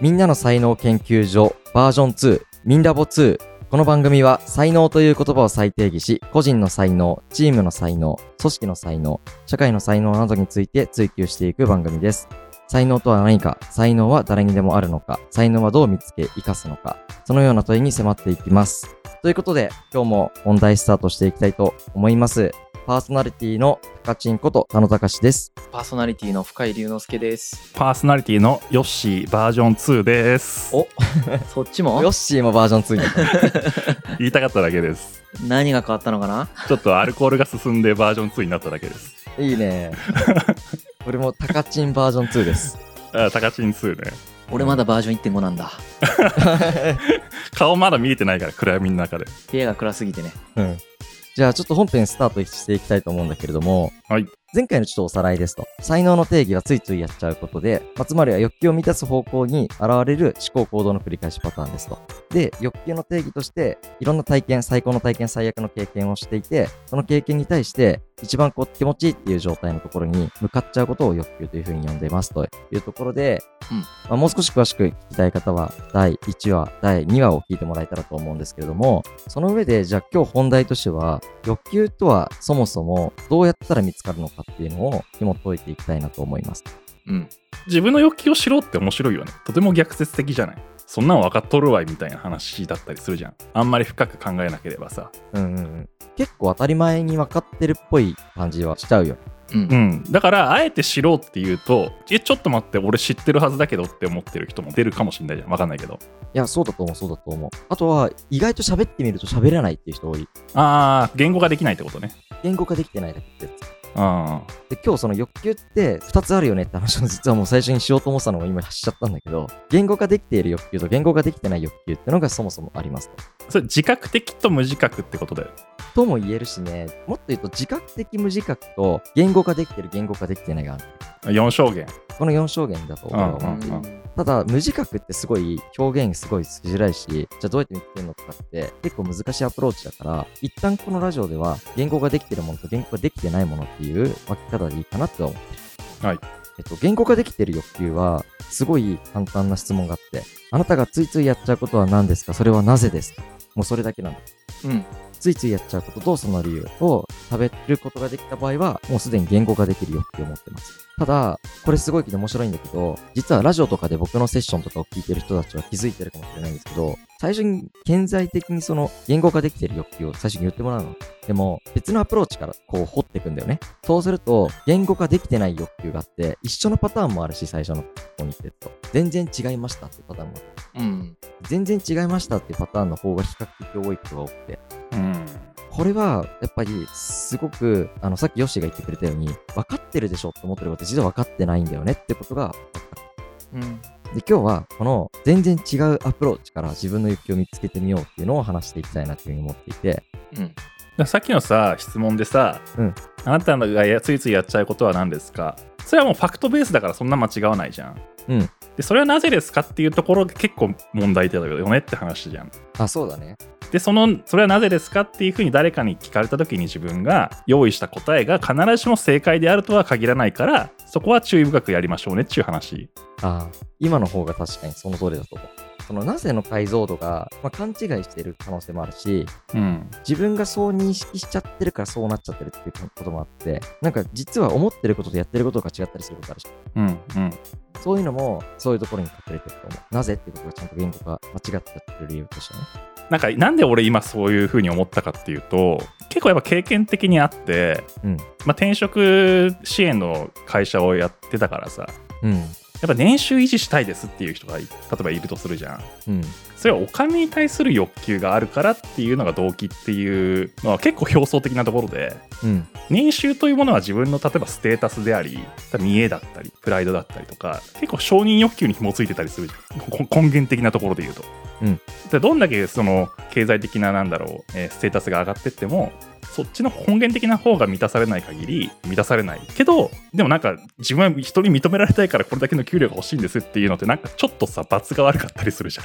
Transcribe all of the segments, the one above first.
みんなの才能研究所バージョン2みんラボ2この番組は才能という言葉を再定義し個人の才能チームの才能組織の才能社会の才能などについて追求していく番組です才能とは何か才能は誰にでもあるのか才能はどう見つけ生かすのかそのような問いに迫っていきますということで今日も本題スタートしていきたいと思いますパーソナリティの高ちんこと田野隆ですパーソナリティの深井龍之介 です。パーソナリティのヨッシーバージョン2ですお。そっちヨもッシーもバージョン2に言いたかっただけです。何が変わったのかなちょっとアルコールが進んでバージョン2になっただけです。いい ね。これもタカチンバージョン2です。あ、タカチン2ね。俺まだバージョン1.5なんだ。顔まだ見えてないから暗闇の中で。部屋が暗すぎてね。うん。じゃあちょっと本編スタートしていきたいと思うんだけれども、はい前回のちょっとおさらいですと、才能の定義はついついやっちゃうことで、まあ、つまりは欲求を満たす方向に現れる思考行動の繰り返しパターンですと。で、欲求の定義として、いろんな体験、最高の体験、最悪の経験をしていて、その経験に対して、一番こう気持ちいいっていう状態のところに向かっちゃうことを欲求というふうに呼んでいますというところで、うんまあ、もう少し詳しく聞きたい方は、第1話、第2話を聞いてもらえたらと思うんですけれども、その上で、じゃあ今日本題としては、欲求とはそもそもどうやったら見つかるのかっていうのを紐解いていきたいなと思います。うん。自分の欲求を知ろうって面白いよね。とても逆説的じゃない。そんなん分かっとるわいみたいな話だったりするじゃん。あんまり深く考えなければさ。うんうんうん。結構当たり前に分かってるっぽい感じはしちゃうよ。う。うんん。だから、あえて知ろうっていうと、え、ちょっと待って、俺知ってるはずだけどって思ってる人も出るかもしれないじゃん。分かんないけど。いや、そうだと思う、そうだと思う。あとは、意外と喋ってみると喋らないっていう人多い。あー、言語ができないってことね。言語化できてないだけってやつ。うん。で、今日その欲求って2つあるよねって話を実はもう最初にしようと思ってたのを今しちゃったんだけど、言語化できている欲求と言語化できてない欲求ってのがそもそもありますと。それ自覚的と無自覚ってことだよ。とも言えるしね、もっと言うと自覚的無自覚と言語化できてる言語化できてないがある。 4証言。この4証言だと俺は思う。うんうんただ、無自覚ってすごい表現すごいしづらいし、じゃあどうやって見つけるのとかって結構難しいアプローチだから、一旦このラジオでは言語ができてるものと言語ができてないものっていう分け方でいいかなって思ってる。はい。えっと、言語化できてる欲求は、すごい簡単な質問があって、あなたがついついやっちゃうことは何ですかそれはなぜですかもうそれだけなんだ。うん。ついついやっちゃうこととその理由を食べることができた場合は、もうすでに言語化できる欲求を持ってます。ただ、これすごいけど面白いんだけど、実はラジオとかで僕のセッションとかを聞いてる人たちは気づいてるかもしれないんですけど、最初に潜在的にその言語化できてる欲求を最初に言ってもらうの。でも、別のアプローチからこう掘っていくんだよね。そうすると、言語化できてない欲求があって、一緒のパターンもあるし、最初のここに行ってると。全然違いましたっていうパターンもある。うん。全然違いましたっていうパターンの方が比較的多いことが多くて。うん。これは、やっぱり、すごく、あの、さっきヨッシーが言ってくれたように、分かってるでしょって思ってること、実は分かってないんだよねってことが、うん。で、今日は、この、全然違うアプローチから自分の欲求を見つけてみようっていうのを話していきたいなっていうふうに思っていて、うん。だからさっきのさ質問でさ、うんあなたがやついついやっちゃうことは何ですかそれはもうファクトベースだからそんな間違わないじゃん。うんでそれはなぜですかっていうところが結構問題点だよねって話じゃん。あ、そうだね。でそのそれはなぜですかっていうふうに誰かに聞かれた時に自分が用意した答えが必ずしも正解であるとは限らないからそこは注意深くやりましょうねっていう話。ああ、今の方が確かにその通りだと思う。その、なぜの解像度が、まあ、勘違いしている可能性もあるし、うん、自分がそう認識しちゃってるからそうなっちゃってるっていうこともあって、なんか、実は思ってることとやってることが違ったりすることあるし、うん、うんそういうのも、そういうところに隠れてると思う。なぜってことがちゃんと言語が間違ってたっていう理由としてね。なんかなんで俺今そういうふうに思ったかっていうと結構やっぱ経験的にあって、うんまあ、転職支援の会社をやってたからさうやっぱ年収維持したいですっていう人がい例えばいるとするじゃんん。うん。それはお金に対する欲求があるからっていうのが動機っていうのは結構表層的なところでうん。年収というものは自分の例えばステータスであり見栄だったりプライドだったりとか結構承認欲求に紐付いてたりするじゃんこ根源的なところで言うと、うんでどんだけその経済的ななんだろう、えーステータスが上がってってもそっちの根源的な方が満たされない限り満たされないけどでもなんか自分は人に認められたいからこれだけの給料が欲しいんですっていうのってなんかちょっとさ罰が悪かったりするじゃん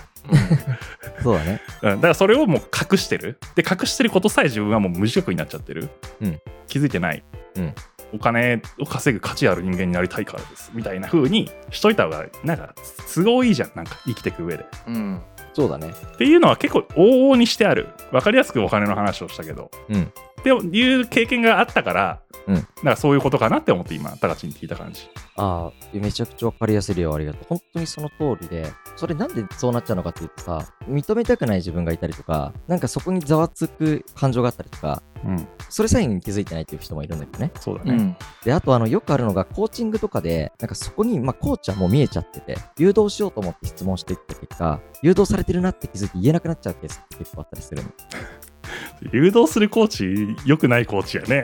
そうだね。うん、だからそれをもう隠してるで隠してることさえ自分はもう無自覚になっちゃってる、うん気づいてない、うんお金を稼ぐ価値ある人間になりたいからですみたいな風にしといた方がなんか都合いいじゃんなんか生きていく上でうん。そうだね。っていうのは結構往々にしてある分かりやすくお金の話をしたけどうん。っていう経験があったから、うんなんかそういうことかなって思って今高知に聞いた感じああ、めちゃくちゃわかりやすいよ、ありがとう。本当にその通りで、それなんでそうなっちゃうのかっていうとさ、認めたくない自分がいたりとか、なんかそこにざわつく感情があったりとか、うんそれさえに気づいてないっていう人もいるんだけどね。そうだうね、ん。で、あとあの、よくあるのが、コーチングとかで、なんかそこに、まあ、コーチはもう見えちゃってて、誘導しようと思って質問していった結果、誘導されてるなって気づいて言えなくなっちゃうケースって結構あったりするの誘導するコーチ良くないコーチやね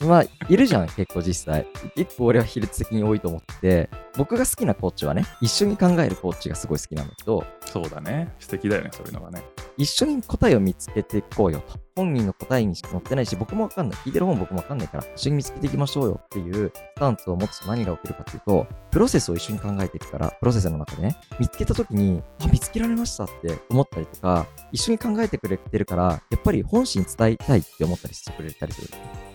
まあ、いるじゃん、結構実際。一歩俺は比率的に多いと思ってて、僕が好きなコーチはね、一緒に考えるコーチがすごい好きなんだけど、そうだね素敵だよねそういうのがね一緒に答えを見つけていこうよと。本人の答えにしか載ってないし、僕もわかんない。聞いてる本僕もわかんないから、一緒に見つけていきましょうよっていうスタンスを持つと何が起きるかっていうと、プロセスを一緒に考えていくから、プロセスの中でね、見つけた時に、あ、見つけられましたって思ったりとか、一緒に考えてくれてるから、やっぱり本心伝えたいって思ったりしてくれたりする。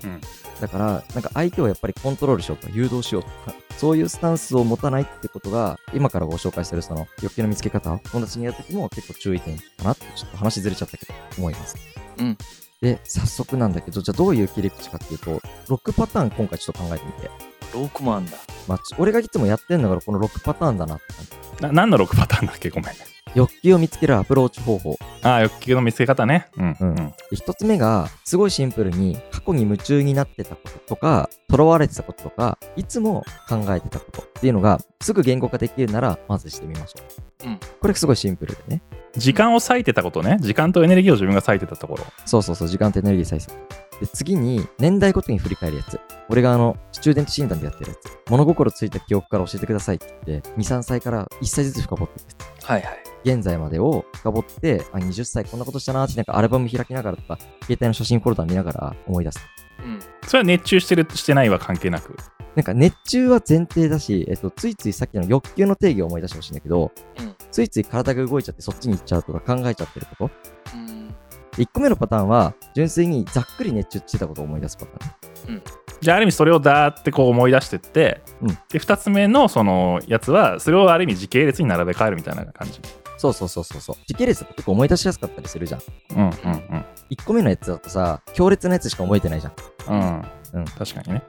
うんだから、なんか相手をやっぱりコントロールしようとか、誘導しようとか、そういうスタンスを持たないってことが、今からご紹介するその欲求の見つけ方、友達にやるときも結構注意点かなって、ちょっと話ずれちゃったけど、思います。うん。で、早速なんだけど、じゃあどういう切り口かっていうと、6パターン今回ちょっと考えてみて。ロークマンだ。まあ、ち俺がいつもやってんのがこの6パターンだなって感じ。な何の6パターンだっけごめん欲求を見つけるアプローチ方法。ああ欲求の見つけ方ねうんうんうんで一つ目が、すごいシンプルに、過去に夢中になってたこととか、囚われてたこととか、いつも考えてたことっていうのが、すぐ言語化できるなら、まずしてみましょう。うんこれすごいシンプルでね。時間を割いてたことね時間とエネルギーを自分が割いてたところそうそうそう、時間とエネルギー再生。で、次に、年代ごとに振り返るやつ。俺があの、スチューデント診断でやってるやつ。物心ついた記憶から教えてくださいって言って、2、3歳から1歳ずつ深掘っていくやつ。はいはい。現在までを深掘って、あ、20歳こんなことしたなーって、なんかアルバム開きながらとか、携帯の写真フォルダ見ながら思い出す。うん。それは熱中してるしてないは関係なくなんか熱中は前提だし、えっと、ついついさっきの欲求の定義を思い出してほしいんだけど、うんついつい体が動いちゃってそっちに行っちゃうとか考えちゃってること。うん。 1個目のパターンは、純粋にざっくり熱中してたことを思い出すパターン。じゃあある意味それをだーってこう思い出してって、うんで2つ目のそのやつはそれをある意味時系列に並べ替えるみたいな感じそうそうそうそうそう。時系列だと結構思い出しやすかったりするじゃん。うんうんうん1個目のやつだとさ、強烈なやつしか覚えてないじゃん。ううん、ん確かにね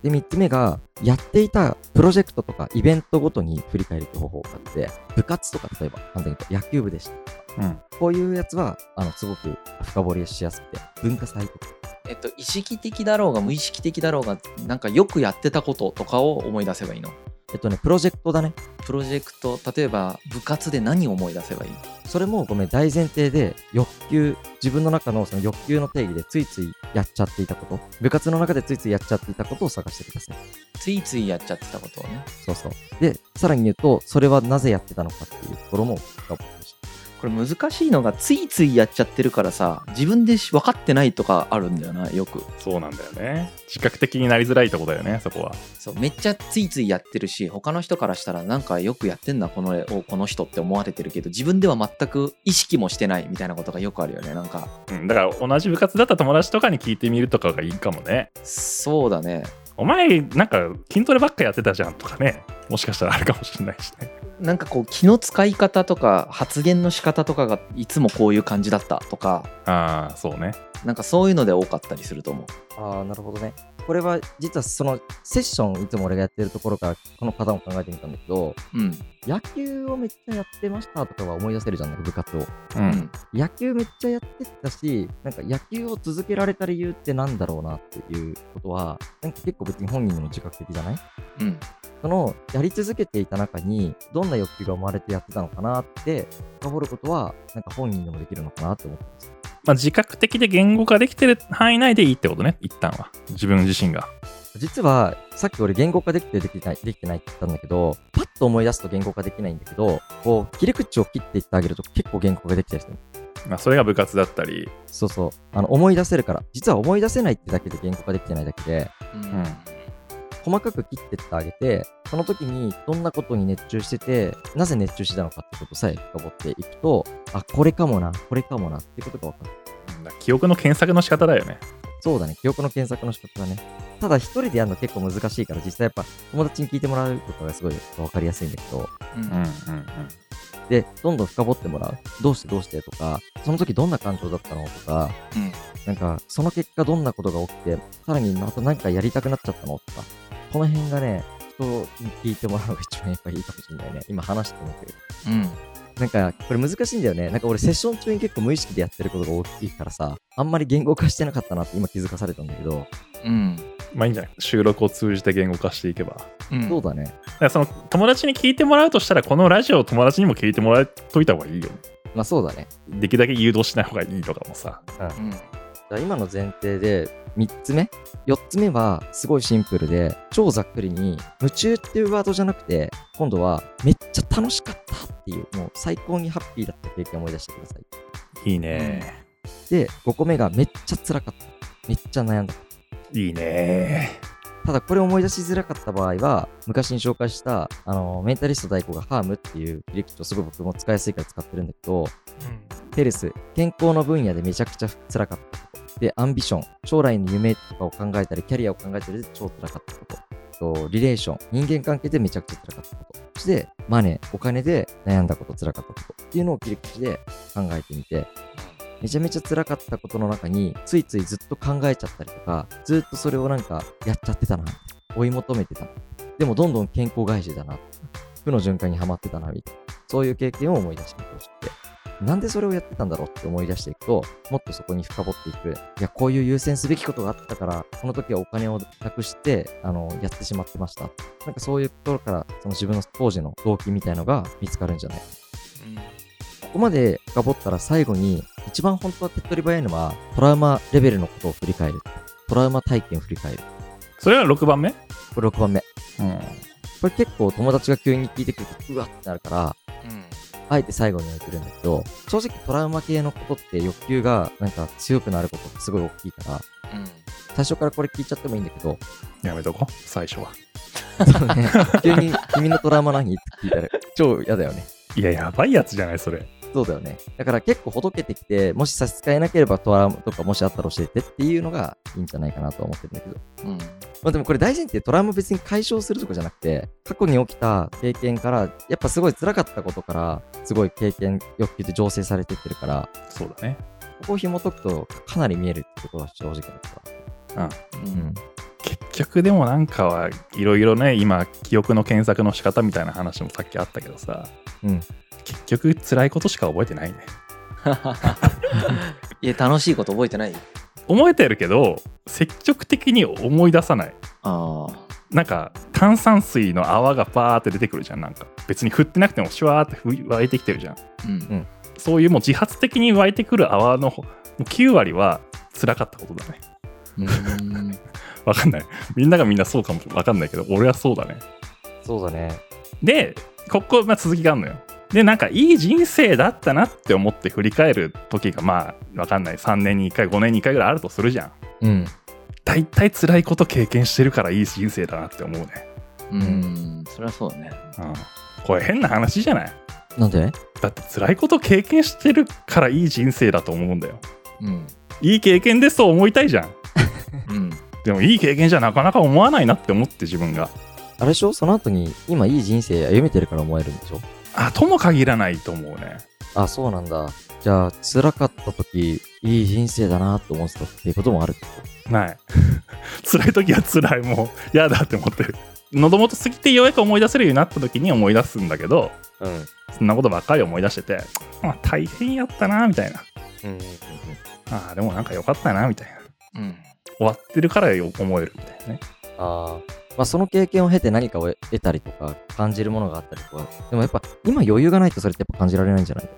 で、3つ目が、やっていたプロジェクトとかイベントごとに振り返るって方法があって、部活とか例えば、簡単に言うと野球部でした。うんこういうやつは、あの、すごく深掘りしやすくて、文化祭とか。えっと、意識的だろうが無意識的だろうが、なんかよくやってたこととかを思い出せばいいの。えっとね、プロジェクトだね。プロジェクト、例えば部活で何を思い出せばいいそれもごめん、大前提で欲求、自分の中のその欲求の定義でついついやっちゃっていたこと、部活の中でついついやっちゃっていたことを探してください。ついついやっちゃってたことをね。そうそう。で、さらに言うと、それはなぜやってたのかっていうところも深掘りしてこれ難しいのが、ついついやっちゃってるからさ、自分でし分かってないとかあるんだよな、よく。そうなんだよね自覚的になりづらいとこだよねそこはそう、めっちゃついついやってるし、他の人からしたらなんかよくやってんな、この絵を、この人って思われてるけど、自分では全く意識もしてないみたいなことがよくあるよね、なんか。うん、だから同じ部活だった友達とかに聞いてみるとかがいいかもね。そうだね。お前、なんか筋トレばっかやってたじゃんとかね。もしかしたらあるかもしれないしね。なんかこう気の使い方とか発言の仕方とかがいつもこういう感じだったとかああ、そうね。なんかそういうので多かったりすると思うああ、なるほどね。これは、実はそのセッション、いつも俺がやってるところから、このパターンを考えてみたんだけど、うん野球をめっちゃやってましたとかは思い出せるじゃん、部活を。う。うんん野球めっちゃやってたし、なんか野球を続けられた理由ってなんだろうなっていうことは、なんか結構別に本人の自覚的じゃないうんその、やり続けていた中に、どんな欲求が生まれてやってたのかなって、深掘ることは、なんか本人でもできるのかなって思ってます。まあ、自覚的で言語化できてる範囲内でいいってことね、一旦は。自分自身が。実は、さっき俺言語化できてるできてない、できてないって言ったんだけど、パッと思い出すと言語化できないんだけど、こう、切り口を切っていってあげると結構言語化できたりする。まあ、それが部活だったり、そうそう。あの、思い出せるから。実は思い出せないってだけで言語化できてないだけで、うん細かく切ってってあげて、その時にどんなことに熱中してて、なぜ熱中してたのかってことさえ深掘っていくと、あ、これかもな、これかもなってことが分かる。うんだから記憶の検索の仕方だよね。そうだね、記憶の検索の仕方だね。ただ一人でやるの結構難しいから、実際やっぱ友達に聞いてもらうとかがすごい分かりやすいんだけど、うんうんうんで、どんどん深掘ってもらう。どうしてどうしてとか、その時どんな感情だったのとか、うんなんか、その結果どんなことが起きて、さらにまた何かやりたくなっちゃったのとか、この辺がね、人に聞いてもらうのが一番やっぱいいかもしれないね。今話してもけど。うんなんか、これ難しいんだよね。なんか俺セッション中に結構無意識でやってることが大きいからさ、あんまり言語化してなかったなって今気づかされたんだけど、うんまあいいんじゃない収録を通じて言語化していけば。うんそうだね。だからその友達に聞いてもらうとしたら、このラジオを友達にも聞いてもらっといた方がいいよ。まあそうだね。できるだけ誘導しない方がいいとかもさ。うんじゃあ今の前提で3つ目4つ目はすごいシンプルで超ざっくりに夢中っていうワードじゃなくて今度はめっちゃ楽しかったっていうもう最高にハッピーだった経験を思い出してくださいいいね。で5個目がめっちゃ辛かっためっちゃ悩んだいいね。ただこれを思い出しづらかった場合は昔に紹介したあのメンタリスト代行がハームっていう履歴書すごい僕も使いやすいから使ってるんだけどヘルス、健康の分野でめちゃくちゃ辛かったこと。で、アンビション、将来の夢とかを考えたり、キャリアを考えたりで超辛かったこと。とリレーション、人間関係でめちゃくちゃ辛かったこと。そして、マネー、お金で悩んだこと、辛かったことっていうのを切り口で考えてみて、めちゃめちゃ辛かったことの中に、ついついずっと考えちゃったりとか、ずっとそれをなんかやっちゃってたな、追い求めてたな。でもどんどん健康返しだな、負の循環にはまってたな、みたいな。そういう経験を思い出してほしくて。なんでそれをやってたんだろうって思い出していくと、もっとそこに深掘っていく。いや、こういう優先すべきことがあったから、この時はお金をなくして、あの、やってしまってました。なんかそういうところから、その自分の当時の動機みたいのが見つかるんじゃないここまで深掘ったら最後に、一番本当は手っ取り早いのは、トラウマレベルのことを振り返る。トラウマ体験を振り返る。それは6番目これ6番目。うん。これ結構友達が急に聞いてくると、うわってなるから、あえて最後に置いてるんだけど、正直トラウマ系のことって欲求がなんか強くなることってすごい大きいから、うんうん最初からこれ聞いちゃってもいいんだけど、やめとこう、最初は。そうね、急に君のトラウマ何って聞いたら超嫌だよね。いや、やばいやつじゃない、それ。そうだよね。だから結構ほどけてきて、もし差し支えなければトラウマとかもしあったら教えてっていうのがいいんじゃないかなとは思ってるんだけど。うんまあでもこれ大事にってトラウマ別に解消するとかじゃなくて、過去に起きた経験から、やっぱすごい辛かったことから、すごい経験、欲求って醸成されてってるから、そうだね。ここを紐解くとかなり見えるってところは正直だった。ううんん。結局でもなんかはいろいろね今記憶の検索の仕方みたいな話もさっきあったけどさ、うん結局辛いことしか覚えてないねいや楽しいこと覚えてない覚えてるけど積極的に思い出さないあなんか炭酸水の泡がバーって出てくるじゃんなんか別に振ってなくてもシュワーってふ湧いてきてるじゃんあうんそういうもう自発的に湧いてくる泡のほもう9割は辛かったことだねうんわかんないみんながみんなそうかもわかんないけど俺はそうだねそうだね。でここ、まあ、続きがあるのよでなんかいい人生だったなって思って振り返る時がまあわかんない3年に1回5年に1回ぐらいあるとするじゃんうん。大体辛いこと経験してるからいい人生だなって思うね、うんそれはそうだねうん、これ変な話じゃないなんでだって辛いこと経験してるからいい人生だと思うんだようんいい経験ですと思いたいじゃんうんでもいい経験じゃなかなか思わないなって思って自分があれでしょその後に今いい人生歩めてるから思えるんでしょあとも限らないと思うねあ、そうなんだ。じゃあ、辛かった時、いい人生だなと思ってたっていうこともあるってこない 辛い時は辛いもう嫌だって思ってる喉元過ぎてようやく思い出せるようになった時に思い出すんだけどとうん。そんなことばっかり思い出してて、まあ、大変やったなみたいなうん。あーでもなんか良かったなみたいなうん終わってるからよ思えるみたいなねああ。まあ、その経験を経て何かを得たりとか、感じるものがあったりとか、でもやっぱ今余裕がないとそれってやっぱ感じられないんじゃない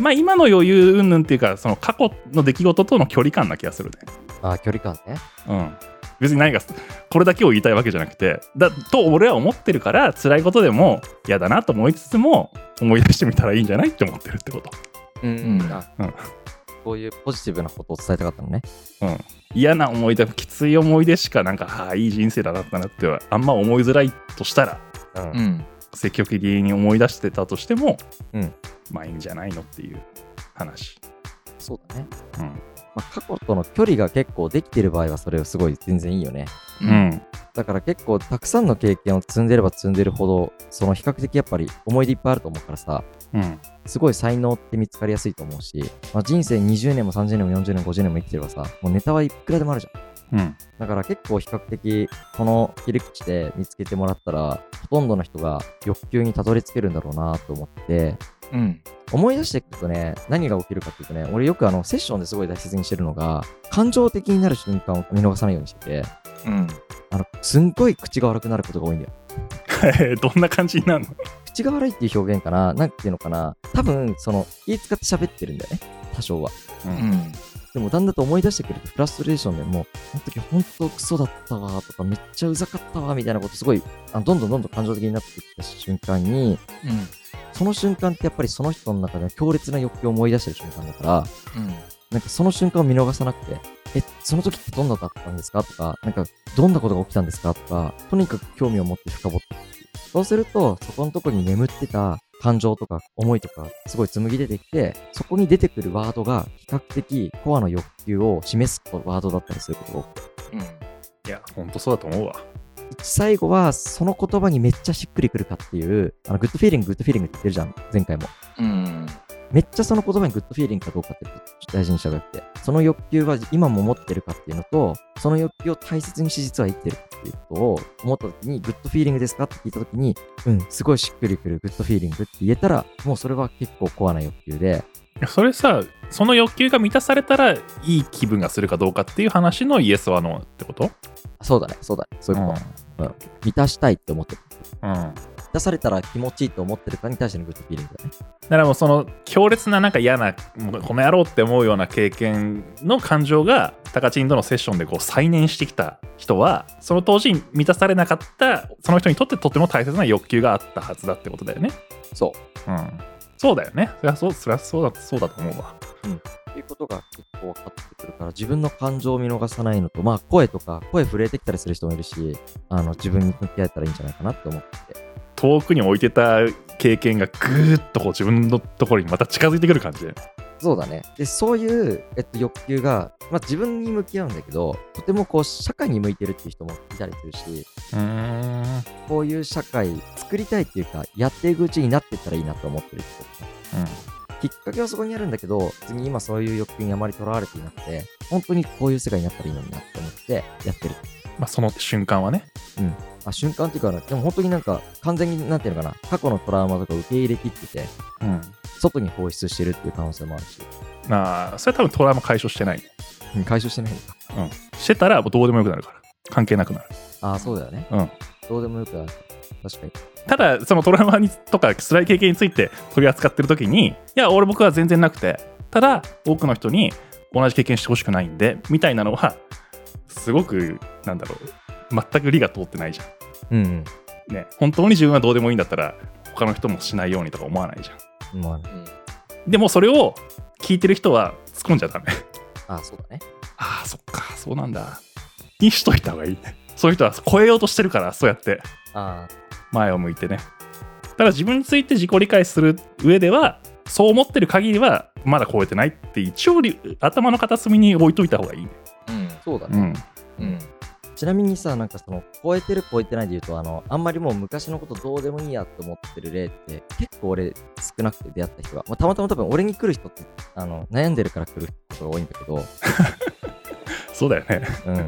まあ今の余裕云々っていうかその過去の出来事との距離感な気がするねああ、距離感ね。うん別に何かこれだけを言いたいわけじゃなくてだと俺は思ってるから辛いことでも嫌だなと思いつつも思い出してみたらいいんじゃないって思ってるってことうんうんあうんこういうポジティブなことを伝えたかったのね。嫌な思い出きつい思い出しかなんかああいい人生だったなってはあんま思いづらいとしたらうう。ん積極的に思い出してたとしても、うんまあいいんじゃないのっていう話、そうだね。うん、ままあ過去との距離が結構できてる場合はそれはすごい全然いいよね。うう。ん。だから結構たくさんの経験を積んでれば積んでるほど、その比較的やっぱり思い出いっぱいあると思うからさ、うん。すごい才能って見つかりやすいと思うし、まあ、人生20年も30年も40年も50年も生きてればさ、もうネタはいくらでもあるじゃん。うん。だから結構比較的この切り口で見つけてもらったらほとんどの人が欲求にたどり着けるんだろうなと思ってうん。思い出していくとね何が起きるかっていうとね俺よくあのセッションですごい大切にしてるのが感情的になる瞬間を見逃さないようにしててうん。あのすんごい口が悪くなることが多いんだよえ ーどんな感じになるの口が悪いっていう表現かななんていうのかな多分その気使って喋ってるんだよね多少はうん。でもだんだんと思い出してくるとフラストレーションでもう、あの時本当クソだったわとか、めっちゃうざかったわみたいなことすごい、あのどんどんどんどん感情的になってきた瞬間に、うん。その瞬間ってやっぱりその人の中での強烈な欲求を思い出してる瞬間だから、うん。なんかその瞬間を見逃さなくて、え、その時ってどんなだったんですかとか、なんかどんなことが起きたんですかとか、とにかく興味を持って深掘っていくっていうそうすると、そこのとこに眠ってた感情とか思いとか、すごい紡ぎ出てきて、そこに出てくるワードが比較的コアの欲求を示すワードだったりすることが多くていや、ほんとそうだと思うわ。最後はその言葉にめっちゃしっくりくるかっていう、あの、グッドフィーリング、グッドフィーリングって言ってるじゃん、前回も。うん。めっちゃその言葉にグッドフィーリングかどうかって大事にしたくて、その欲求は今も持ってるかっていうのと、その欲求を大切にし実は生きてるっていうことを思った時に、グッドフィーリングですかって聞いた時に、うん、すごいしっくりくるグッドフィーリングって言えたら、もうそれは結構コアな欲求で、いやそれさ、その欲求が満たされたらいい気分がするかどうかっていう話のイエスはノーってことそうだね、そうだね、そういうこと。満たしたいって思ってる。うん。うん満たされたら気持ちいいと思ってるかに対してのグッドフィーリングだね。だからもうその強烈ななんか嫌なもうこの野郎って思うような経験の感情がタカチンとのセッションでこう再燃してきた人はその当時満たされなかったその人にとってとても大切な欲求があったはずだってことだよね。そう。うん、そうだよね。そりゃそうそりゃそうだそうだと思うわ。っていうことが結構分かってくるから、自分の感情を見逃さないのと、まあ声とか、声震えてきたりする人もいるし、あの自分に向き合えたらいいんじゃないかなって思って。遠くに置いてた経験がぐーっとこう自分のところにまた近づいてくる感じで。そうだね。で、そういう、えっと、欲求が、まあ自分に向き合うんだけど、とてもこう社会に向いてるっていう人もいたりするし、うんこういう社会作りたいっていうか、やっていくうちになってったらいいなと思ってる人とかきっかけはそこにあるんだけど、別に今そういう欲求にあまりとらわれていなくて、本当にこういう世界になったらいいのになって思ってやってる。まあ、その瞬間はね。あ瞬間っていうかな、でも本当になんか完全になんていうのかな、過去のトラウマとか受け入れきってて、うん、外に放出してるっていう可能性もあるし、あーそれは多分トラウマ解消してない。うん解消してないのか。してたらもうどうでもよくなるから関係なくなるああ、そうだよね。うんどうでもよくある。確かに。ただそのトラウマにとか辛い経験について取り扱ってる時にいや俺僕は全然なくてただ多くの人に同じ経験してほしくないんでみたいなのはすごくなんだろう全く理が通ってないじゃうん、んね本当に自分はどうでもいいんだったら他の人もしないようにとか思わないじゃんうん。までもそれを聞いてる人は突っ込んじゃダメあ、あーそうだね。ああそっかそうなんだにしといた方がいいそういう人は超えようとしてるからそうやってあ前を向いてねだから自分について自己理解する上ではそう思ってる限りはまだ超えてないって一応り頭の片隅に置いといた方がいいねうん。あ、そうだうね。んうん。ちなみにさ、なんかその、超えてる超えてないで言うと、あの、あんまりもう昔のことどうでもいいやって思ってる例って、結構俺、少なくて出会った人が、まあ、たまたま多分俺に来る人って、あの、悩んでるから来る人が多いんだけど、そうだよね うん、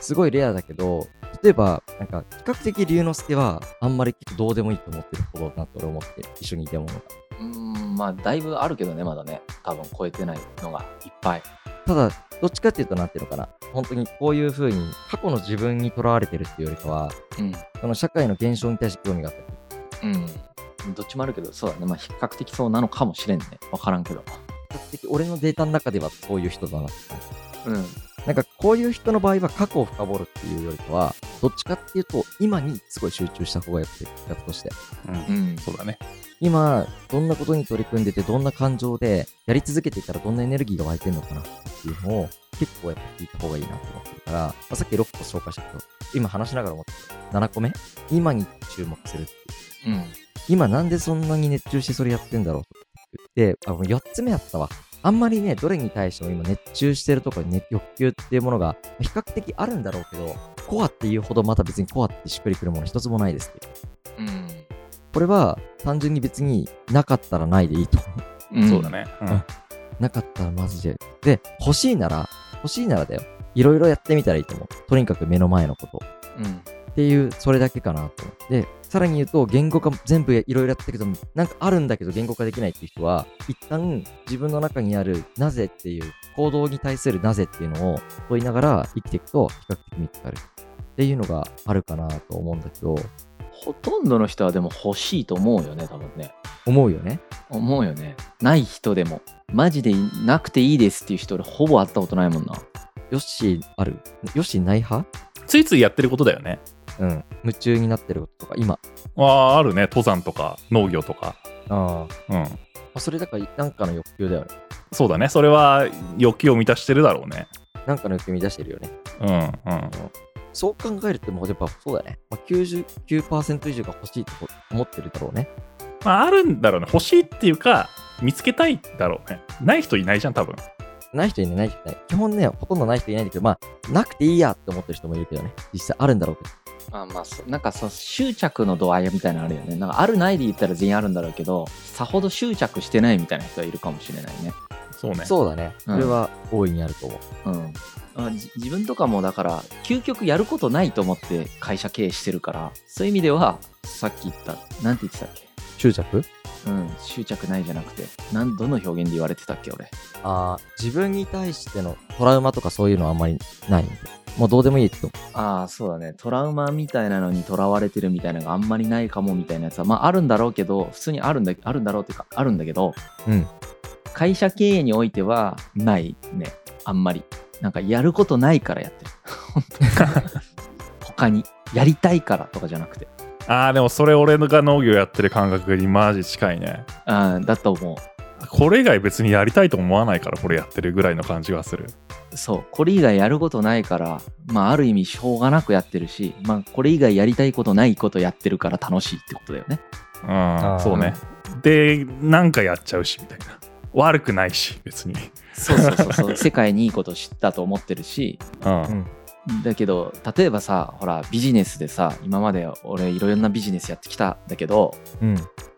すごいレアだけど、例えば、なんか、比較的龍之介は、あんまり結構どうでもいいと思ってるほどなと俺思って、一緒にいたものが。うん。まあ、だいぶあるけどね、まだね。多分超えてないのがいっぱい。ただ、どっちかっていうと、なんていうのかな、本当にこういう風に、過去の自分にとらわれてるっていうよりかは、うん。その社会の現象に対して興味があったり、うん。どっちもあるけど、そうだね。まあ、比較的そうなのかもしれんね。わからんけど。比較的俺のデータの中ではそういう人だなって感じ。うん。なんか、こういう人の場合は過去を深掘るっていうよりかは、どっちかっていうと、今にすごい集中した方がよくて、比較として。うんうん。そうだね今、どんなことに取り組んでて、どんな感情で、やり続けていたらどんなエネルギーが湧いてるのかなっていうのを、結構やっぱ聞いた方がいいなと思ってるから、まあさっき6個紹介したけど、今話しながら思ってた7個目今に注目するっていう。うん。今なんでそんなに熱中してそれやってんだろうって言って、あ、もう4つ目やったわ。あんまりね、どれに対しても今熱中してるとか、ね、欲求っていうものが比較的あるんだろうけど、コアっていうほどまた別にコアってしっくりくるもの一つもないですっていううんこれは単純に別になかったらないでいいと思う。うんそうだね。うんなかったらマジで。で、欲しいなら、欲しいならだよ。いろいろやってみたらいいと思う。とにかく目の前のこと。うんっていう、それだけかなと思って。さらに言うと、言語化全部いろいろやったけど、なんかあるんだけど言語化できないっていう人は、一旦自分の中にあるなぜっていう、行動に対するなぜっていうのを問いながら生きていくと、比較的見つかる。っていうのがあるかなと思うんだけど、ほとんどの人はでも欲しいと思うよね多分ね思うよね。思うよねない人でもマジでなくていいですっていう人俺ほぼ会ったことないもんなよっしーあるよっしーない派ついついやってることだよね。うん。夢中になってることとか、今。ああー、あるね。登山とか農業とか。あうん。あ。それだから、なんかの欲求だよね。そうだね。それは欲求を満たしてるだろうね。なんかの欲求満たしてるよね。うんうん。そう考えると、もうやっぱそうだね。まあ、99%以上が欲しいと思ってるだろうね。まあ、あるんだろうね。欲しいっていうか、見つけたいだろうね。ない人いないじゃん、多分。ない人いない、ない人いない。基本ね、ほとんどない人いないんだけど、まあ、なくていいやって思ってる人もいるけどね。実際あるんだろうけど。まあまあそうなんかそう執着の度合いみたいなのあるよねなんかあるないで言ったら全員あるんだろうけどさほど執着してないみたいな人はいるかもしれないねそうね。そうだね。うそんれは大いにあると思う。うんあじ自分とかもだから究極やることないと思って会社経営してるからそういう意味ではさっき言ったなんて言ってたっけ執着うん執着ないじゃなくてなんどの表現で言われてたっけ俺ああ、自分に対してのトラウマとかそういうのはあんまりないんで。もうどうでもいいって思う。ああそうだねトラウマみたいなのにとらわれてるみたいなのがあんまりないかもみたいなやつはまああるんだろうけど普通にあるんだあるんだろうっていうかあるんだけど、うん会社経営においてはないねあんまりなんかやることないからやってる本当 に他にやりたいからとかじゃなくてああ、でもそれ俺が農業やってる感覚にマジ近いね。うんだと思これ以外別にやりたいと思わないから、これやってるぐらいの感じがする。うそうこれ以外やることないからまあある意味しょうがなくやってるしまあこれ以外やりたいことないことやってるから楽しいってことだよねうん、そうね。で、なんかやっちゃうし、みたいな。悪くないし、別に。そうそうそうそう 世界にいいこと知ったと思ってるしうん。うんだけど例えばさほらビジネスでさ今まで俺いろんなビジネスやってきたんだけどうん。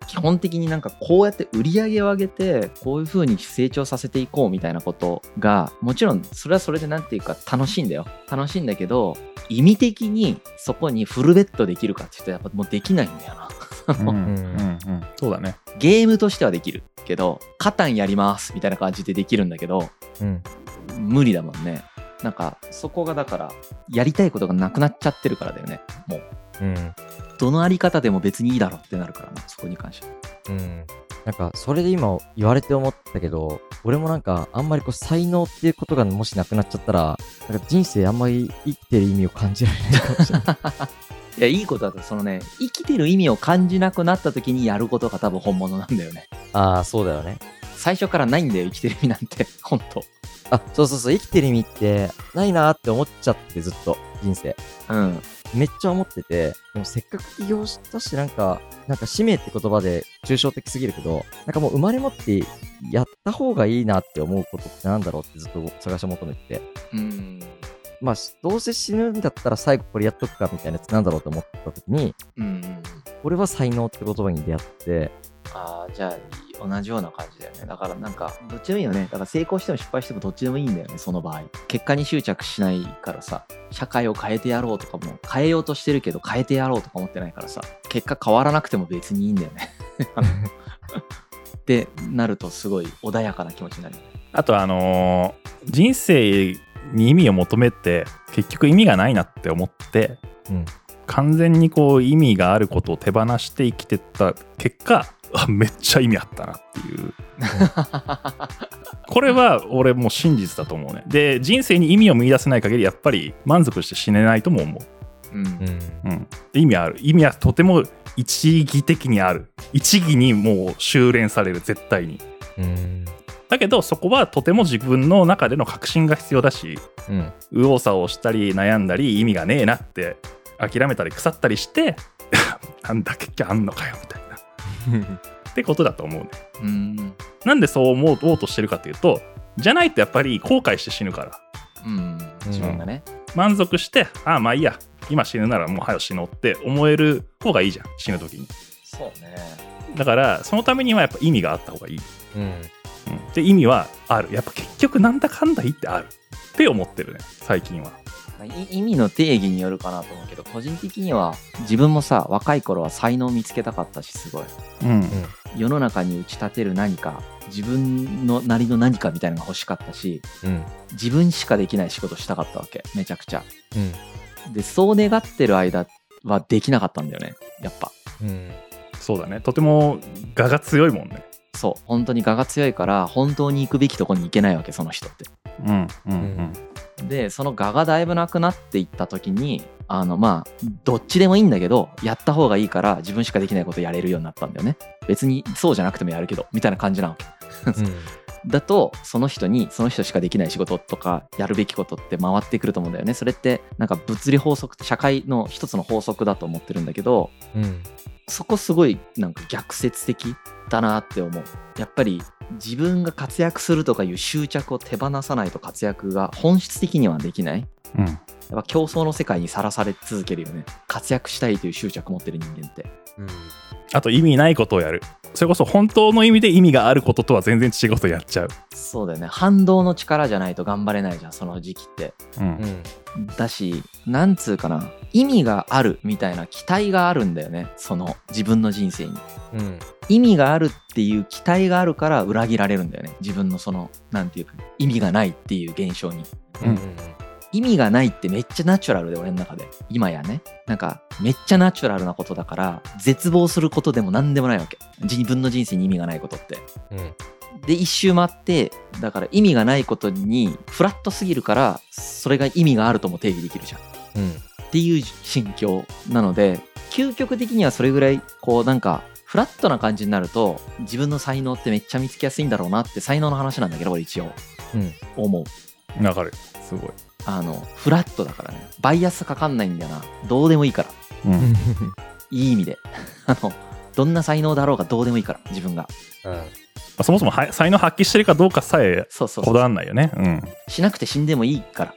基本的になんかこうやって売り上げを上げてこういう風に成長させていこうみたいなことがもちろんそれはそれで何ていうか楽しいんだよ楽しいんだけど意味的にそこにフルベッドできるかって言ったらやっぱもうできないんだよなうんうんうんそうだね。ゲームとしてはできるけどカタンやりますみたいな感じでできるんだけどうん。無理だもんねなんかそこがだからやりたいことがなくなっちゃってるからだよねもううん。どのあり方でも別にいいだろうってなるからなそこに関してはうん、なんかそれで今言われて思ったけど俺もなんかあんまりこう才能っていうことがもしなくなっちゃったらなんか人生あんまり生きてる意味を感じられないかもしれないいやいいことだとそのね生きてる意味を感じなくなった時にやることが多分本物なんだよね ああそうだよね最初からないんだよ生きてる意味なんて本当あそうそうそう生きてる意味ってないなーって思っちゃってずっと人生うんめっちゃ思っててでもせっかく起業したしなんかなんか使命って言葉で抽象的すぎるけどなんかもう生まれ持ってやった方がいいなって思うことってなんだろうってずっと探し求めててうんまあ、しどうせ死ぬんだったら最後これやっとくかみたいなやつなんだろうと思った時に、うん俺は才能って言葉に出会って、ああじゃあ同じような感じだよねだからなんかどっちでもいいよねだから成功しても失敗してもどっちでもいいんだよねその場合結果に執着しないからさ社会を変えてやろうとかも変えようとしてるけど変えてやろうとか思ってないからさ結果変わらなくても別にいいんだよ ねってなるとすごい穏やかな気持ちになるよねあとあのー人生に意味を求めて結局意味がないなって思って、うん完全にこう意味があることを手放して生きてった結果あめっちゃ意味あったなっていうこれは俺もう真実だと思うねで人生に意味を見出せない限りやっぱり満足して死ねないとも思うんう、うん、意味ある意味はとても一義的にある一義にもう修練される絶対にうん、だけどそこはとても自分の中での確信が必要だしうん、右往左往したり悩んだり意味がねえなって 諦めたり腐ったりしてなんだ結局あんのかよみたいなってことだと思うね。うん。なんでそう思おうとしてるかというとじゃないとやっぱり後悔して死ぬからうん。自分がね。満足してああまあいいや今死ぬならもう早く死のうって思える方がいいじゃん死ぬ時にそうね。だからそのためにはやっぱ意味があった方がいい、うん。うん、で意味はあるやっぱ結局なんだかんだ言ってあるって思ってるね最近はまあい意味の定義によるかなと思うけど、個人的には自分もさ、若い頃は才能を見つけたかったし、すごい。うん世の中に打ち立てる何か、自分のなりの何かみたいなのが欲しかったし、うん。自分しかできない仕事したかったわけ。めちゃくちゃ。うん。で、そう願ってる間はできなかったんだよね。やっぱ。うん。そうだねとても我が強いもんねそう。本当に我が強いから、本当に行くべきとこに行けないわけ、その人って。うんうんうんでその我がだいぶなくなっていった時にあのまあどっちでもいいんだけどやった方がいいから自分しかできないことやれるようになったんだよね別にそうじゃなくてもやるけどみたいな感じなわけだとその人にその人しかできない仕事とかやるべきことって回ってくると思うんだよねそれってなんか物理法則社会の一つの法則だと思ってるんだけどうん。そこすごいなんか逆説的だなって思うやっぱり自分が活躍するとかいう執着を手放さないと活躍が本質的にはできないうんやっぱ競争の世界にさらされ続けるよね。活躍したいという執着持ってる人間って。うん。あと意味ないことをやるそれこそ本当の意味で意味があることとは全然違うことをやっちゃう、そうだよね。反動の力じゃないと頑張れないじゃん、その時期って。うんだし、なんつうかな、意味があるみたいな期待があるんだよね。その自分の人生に。うん。意味があるっていう期待があるから裏切られるんだよね。自分のその、なんていうか、意味がないっていう現象に。うん。意味がないってめっちゃナチュラルで俺の中で。今やね。なんか、めっちゃナチュラルなことだから、絶望することでも何でもないわけ。自分の人生に意味がないことって。うん。で一周回ってだから意味がないことにフラットすぎるからそれが意味があるとも定義できるじゃんっうん。ていう心境なので究極的にはそれぐらいこうなんかフラットな感じになると自分の才能ってめっちゃ見つけやすいんだろうなって才能の話なんだけど俺一応うん。思うわかるすごい、あのフラットだからねバイアスかかんないんだよなどうでもいいからうんいい意味で あのどんな才能だろうがどうでもいいから自分がまあそもそもは才能発揮してるかどうかさえそうそうそこうだわんないよね、うしなくて死んでもいいか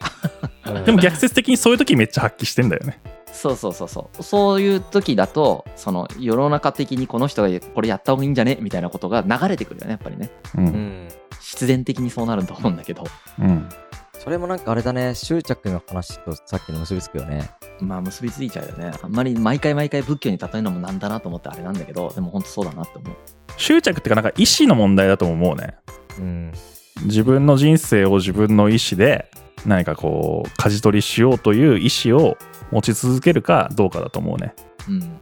ら ん、でも逆説的にそういう時めっちゃ発揮してんだよねそうそうそうそうそういう時だとその世の中的にこの人がこれやった方がいいんじゃねみたいなことが流れてくるよねやっぱりねううんん。必然的にそうなると思うんだけどうんそれもなんかあれだね、執着の話とさっきの結びつくよね。まあ結びついちゃうよねあんまり毎回毎回仏教に例えるのもなんだなと思ってあれなんだけどでも本当そうだなって思う執着っていうかなんか意思の問題だとも思うねうん。自分の人生を自分の意思で何かこう舵取りしようという意思を持ち続けるかどうかだと思うねうん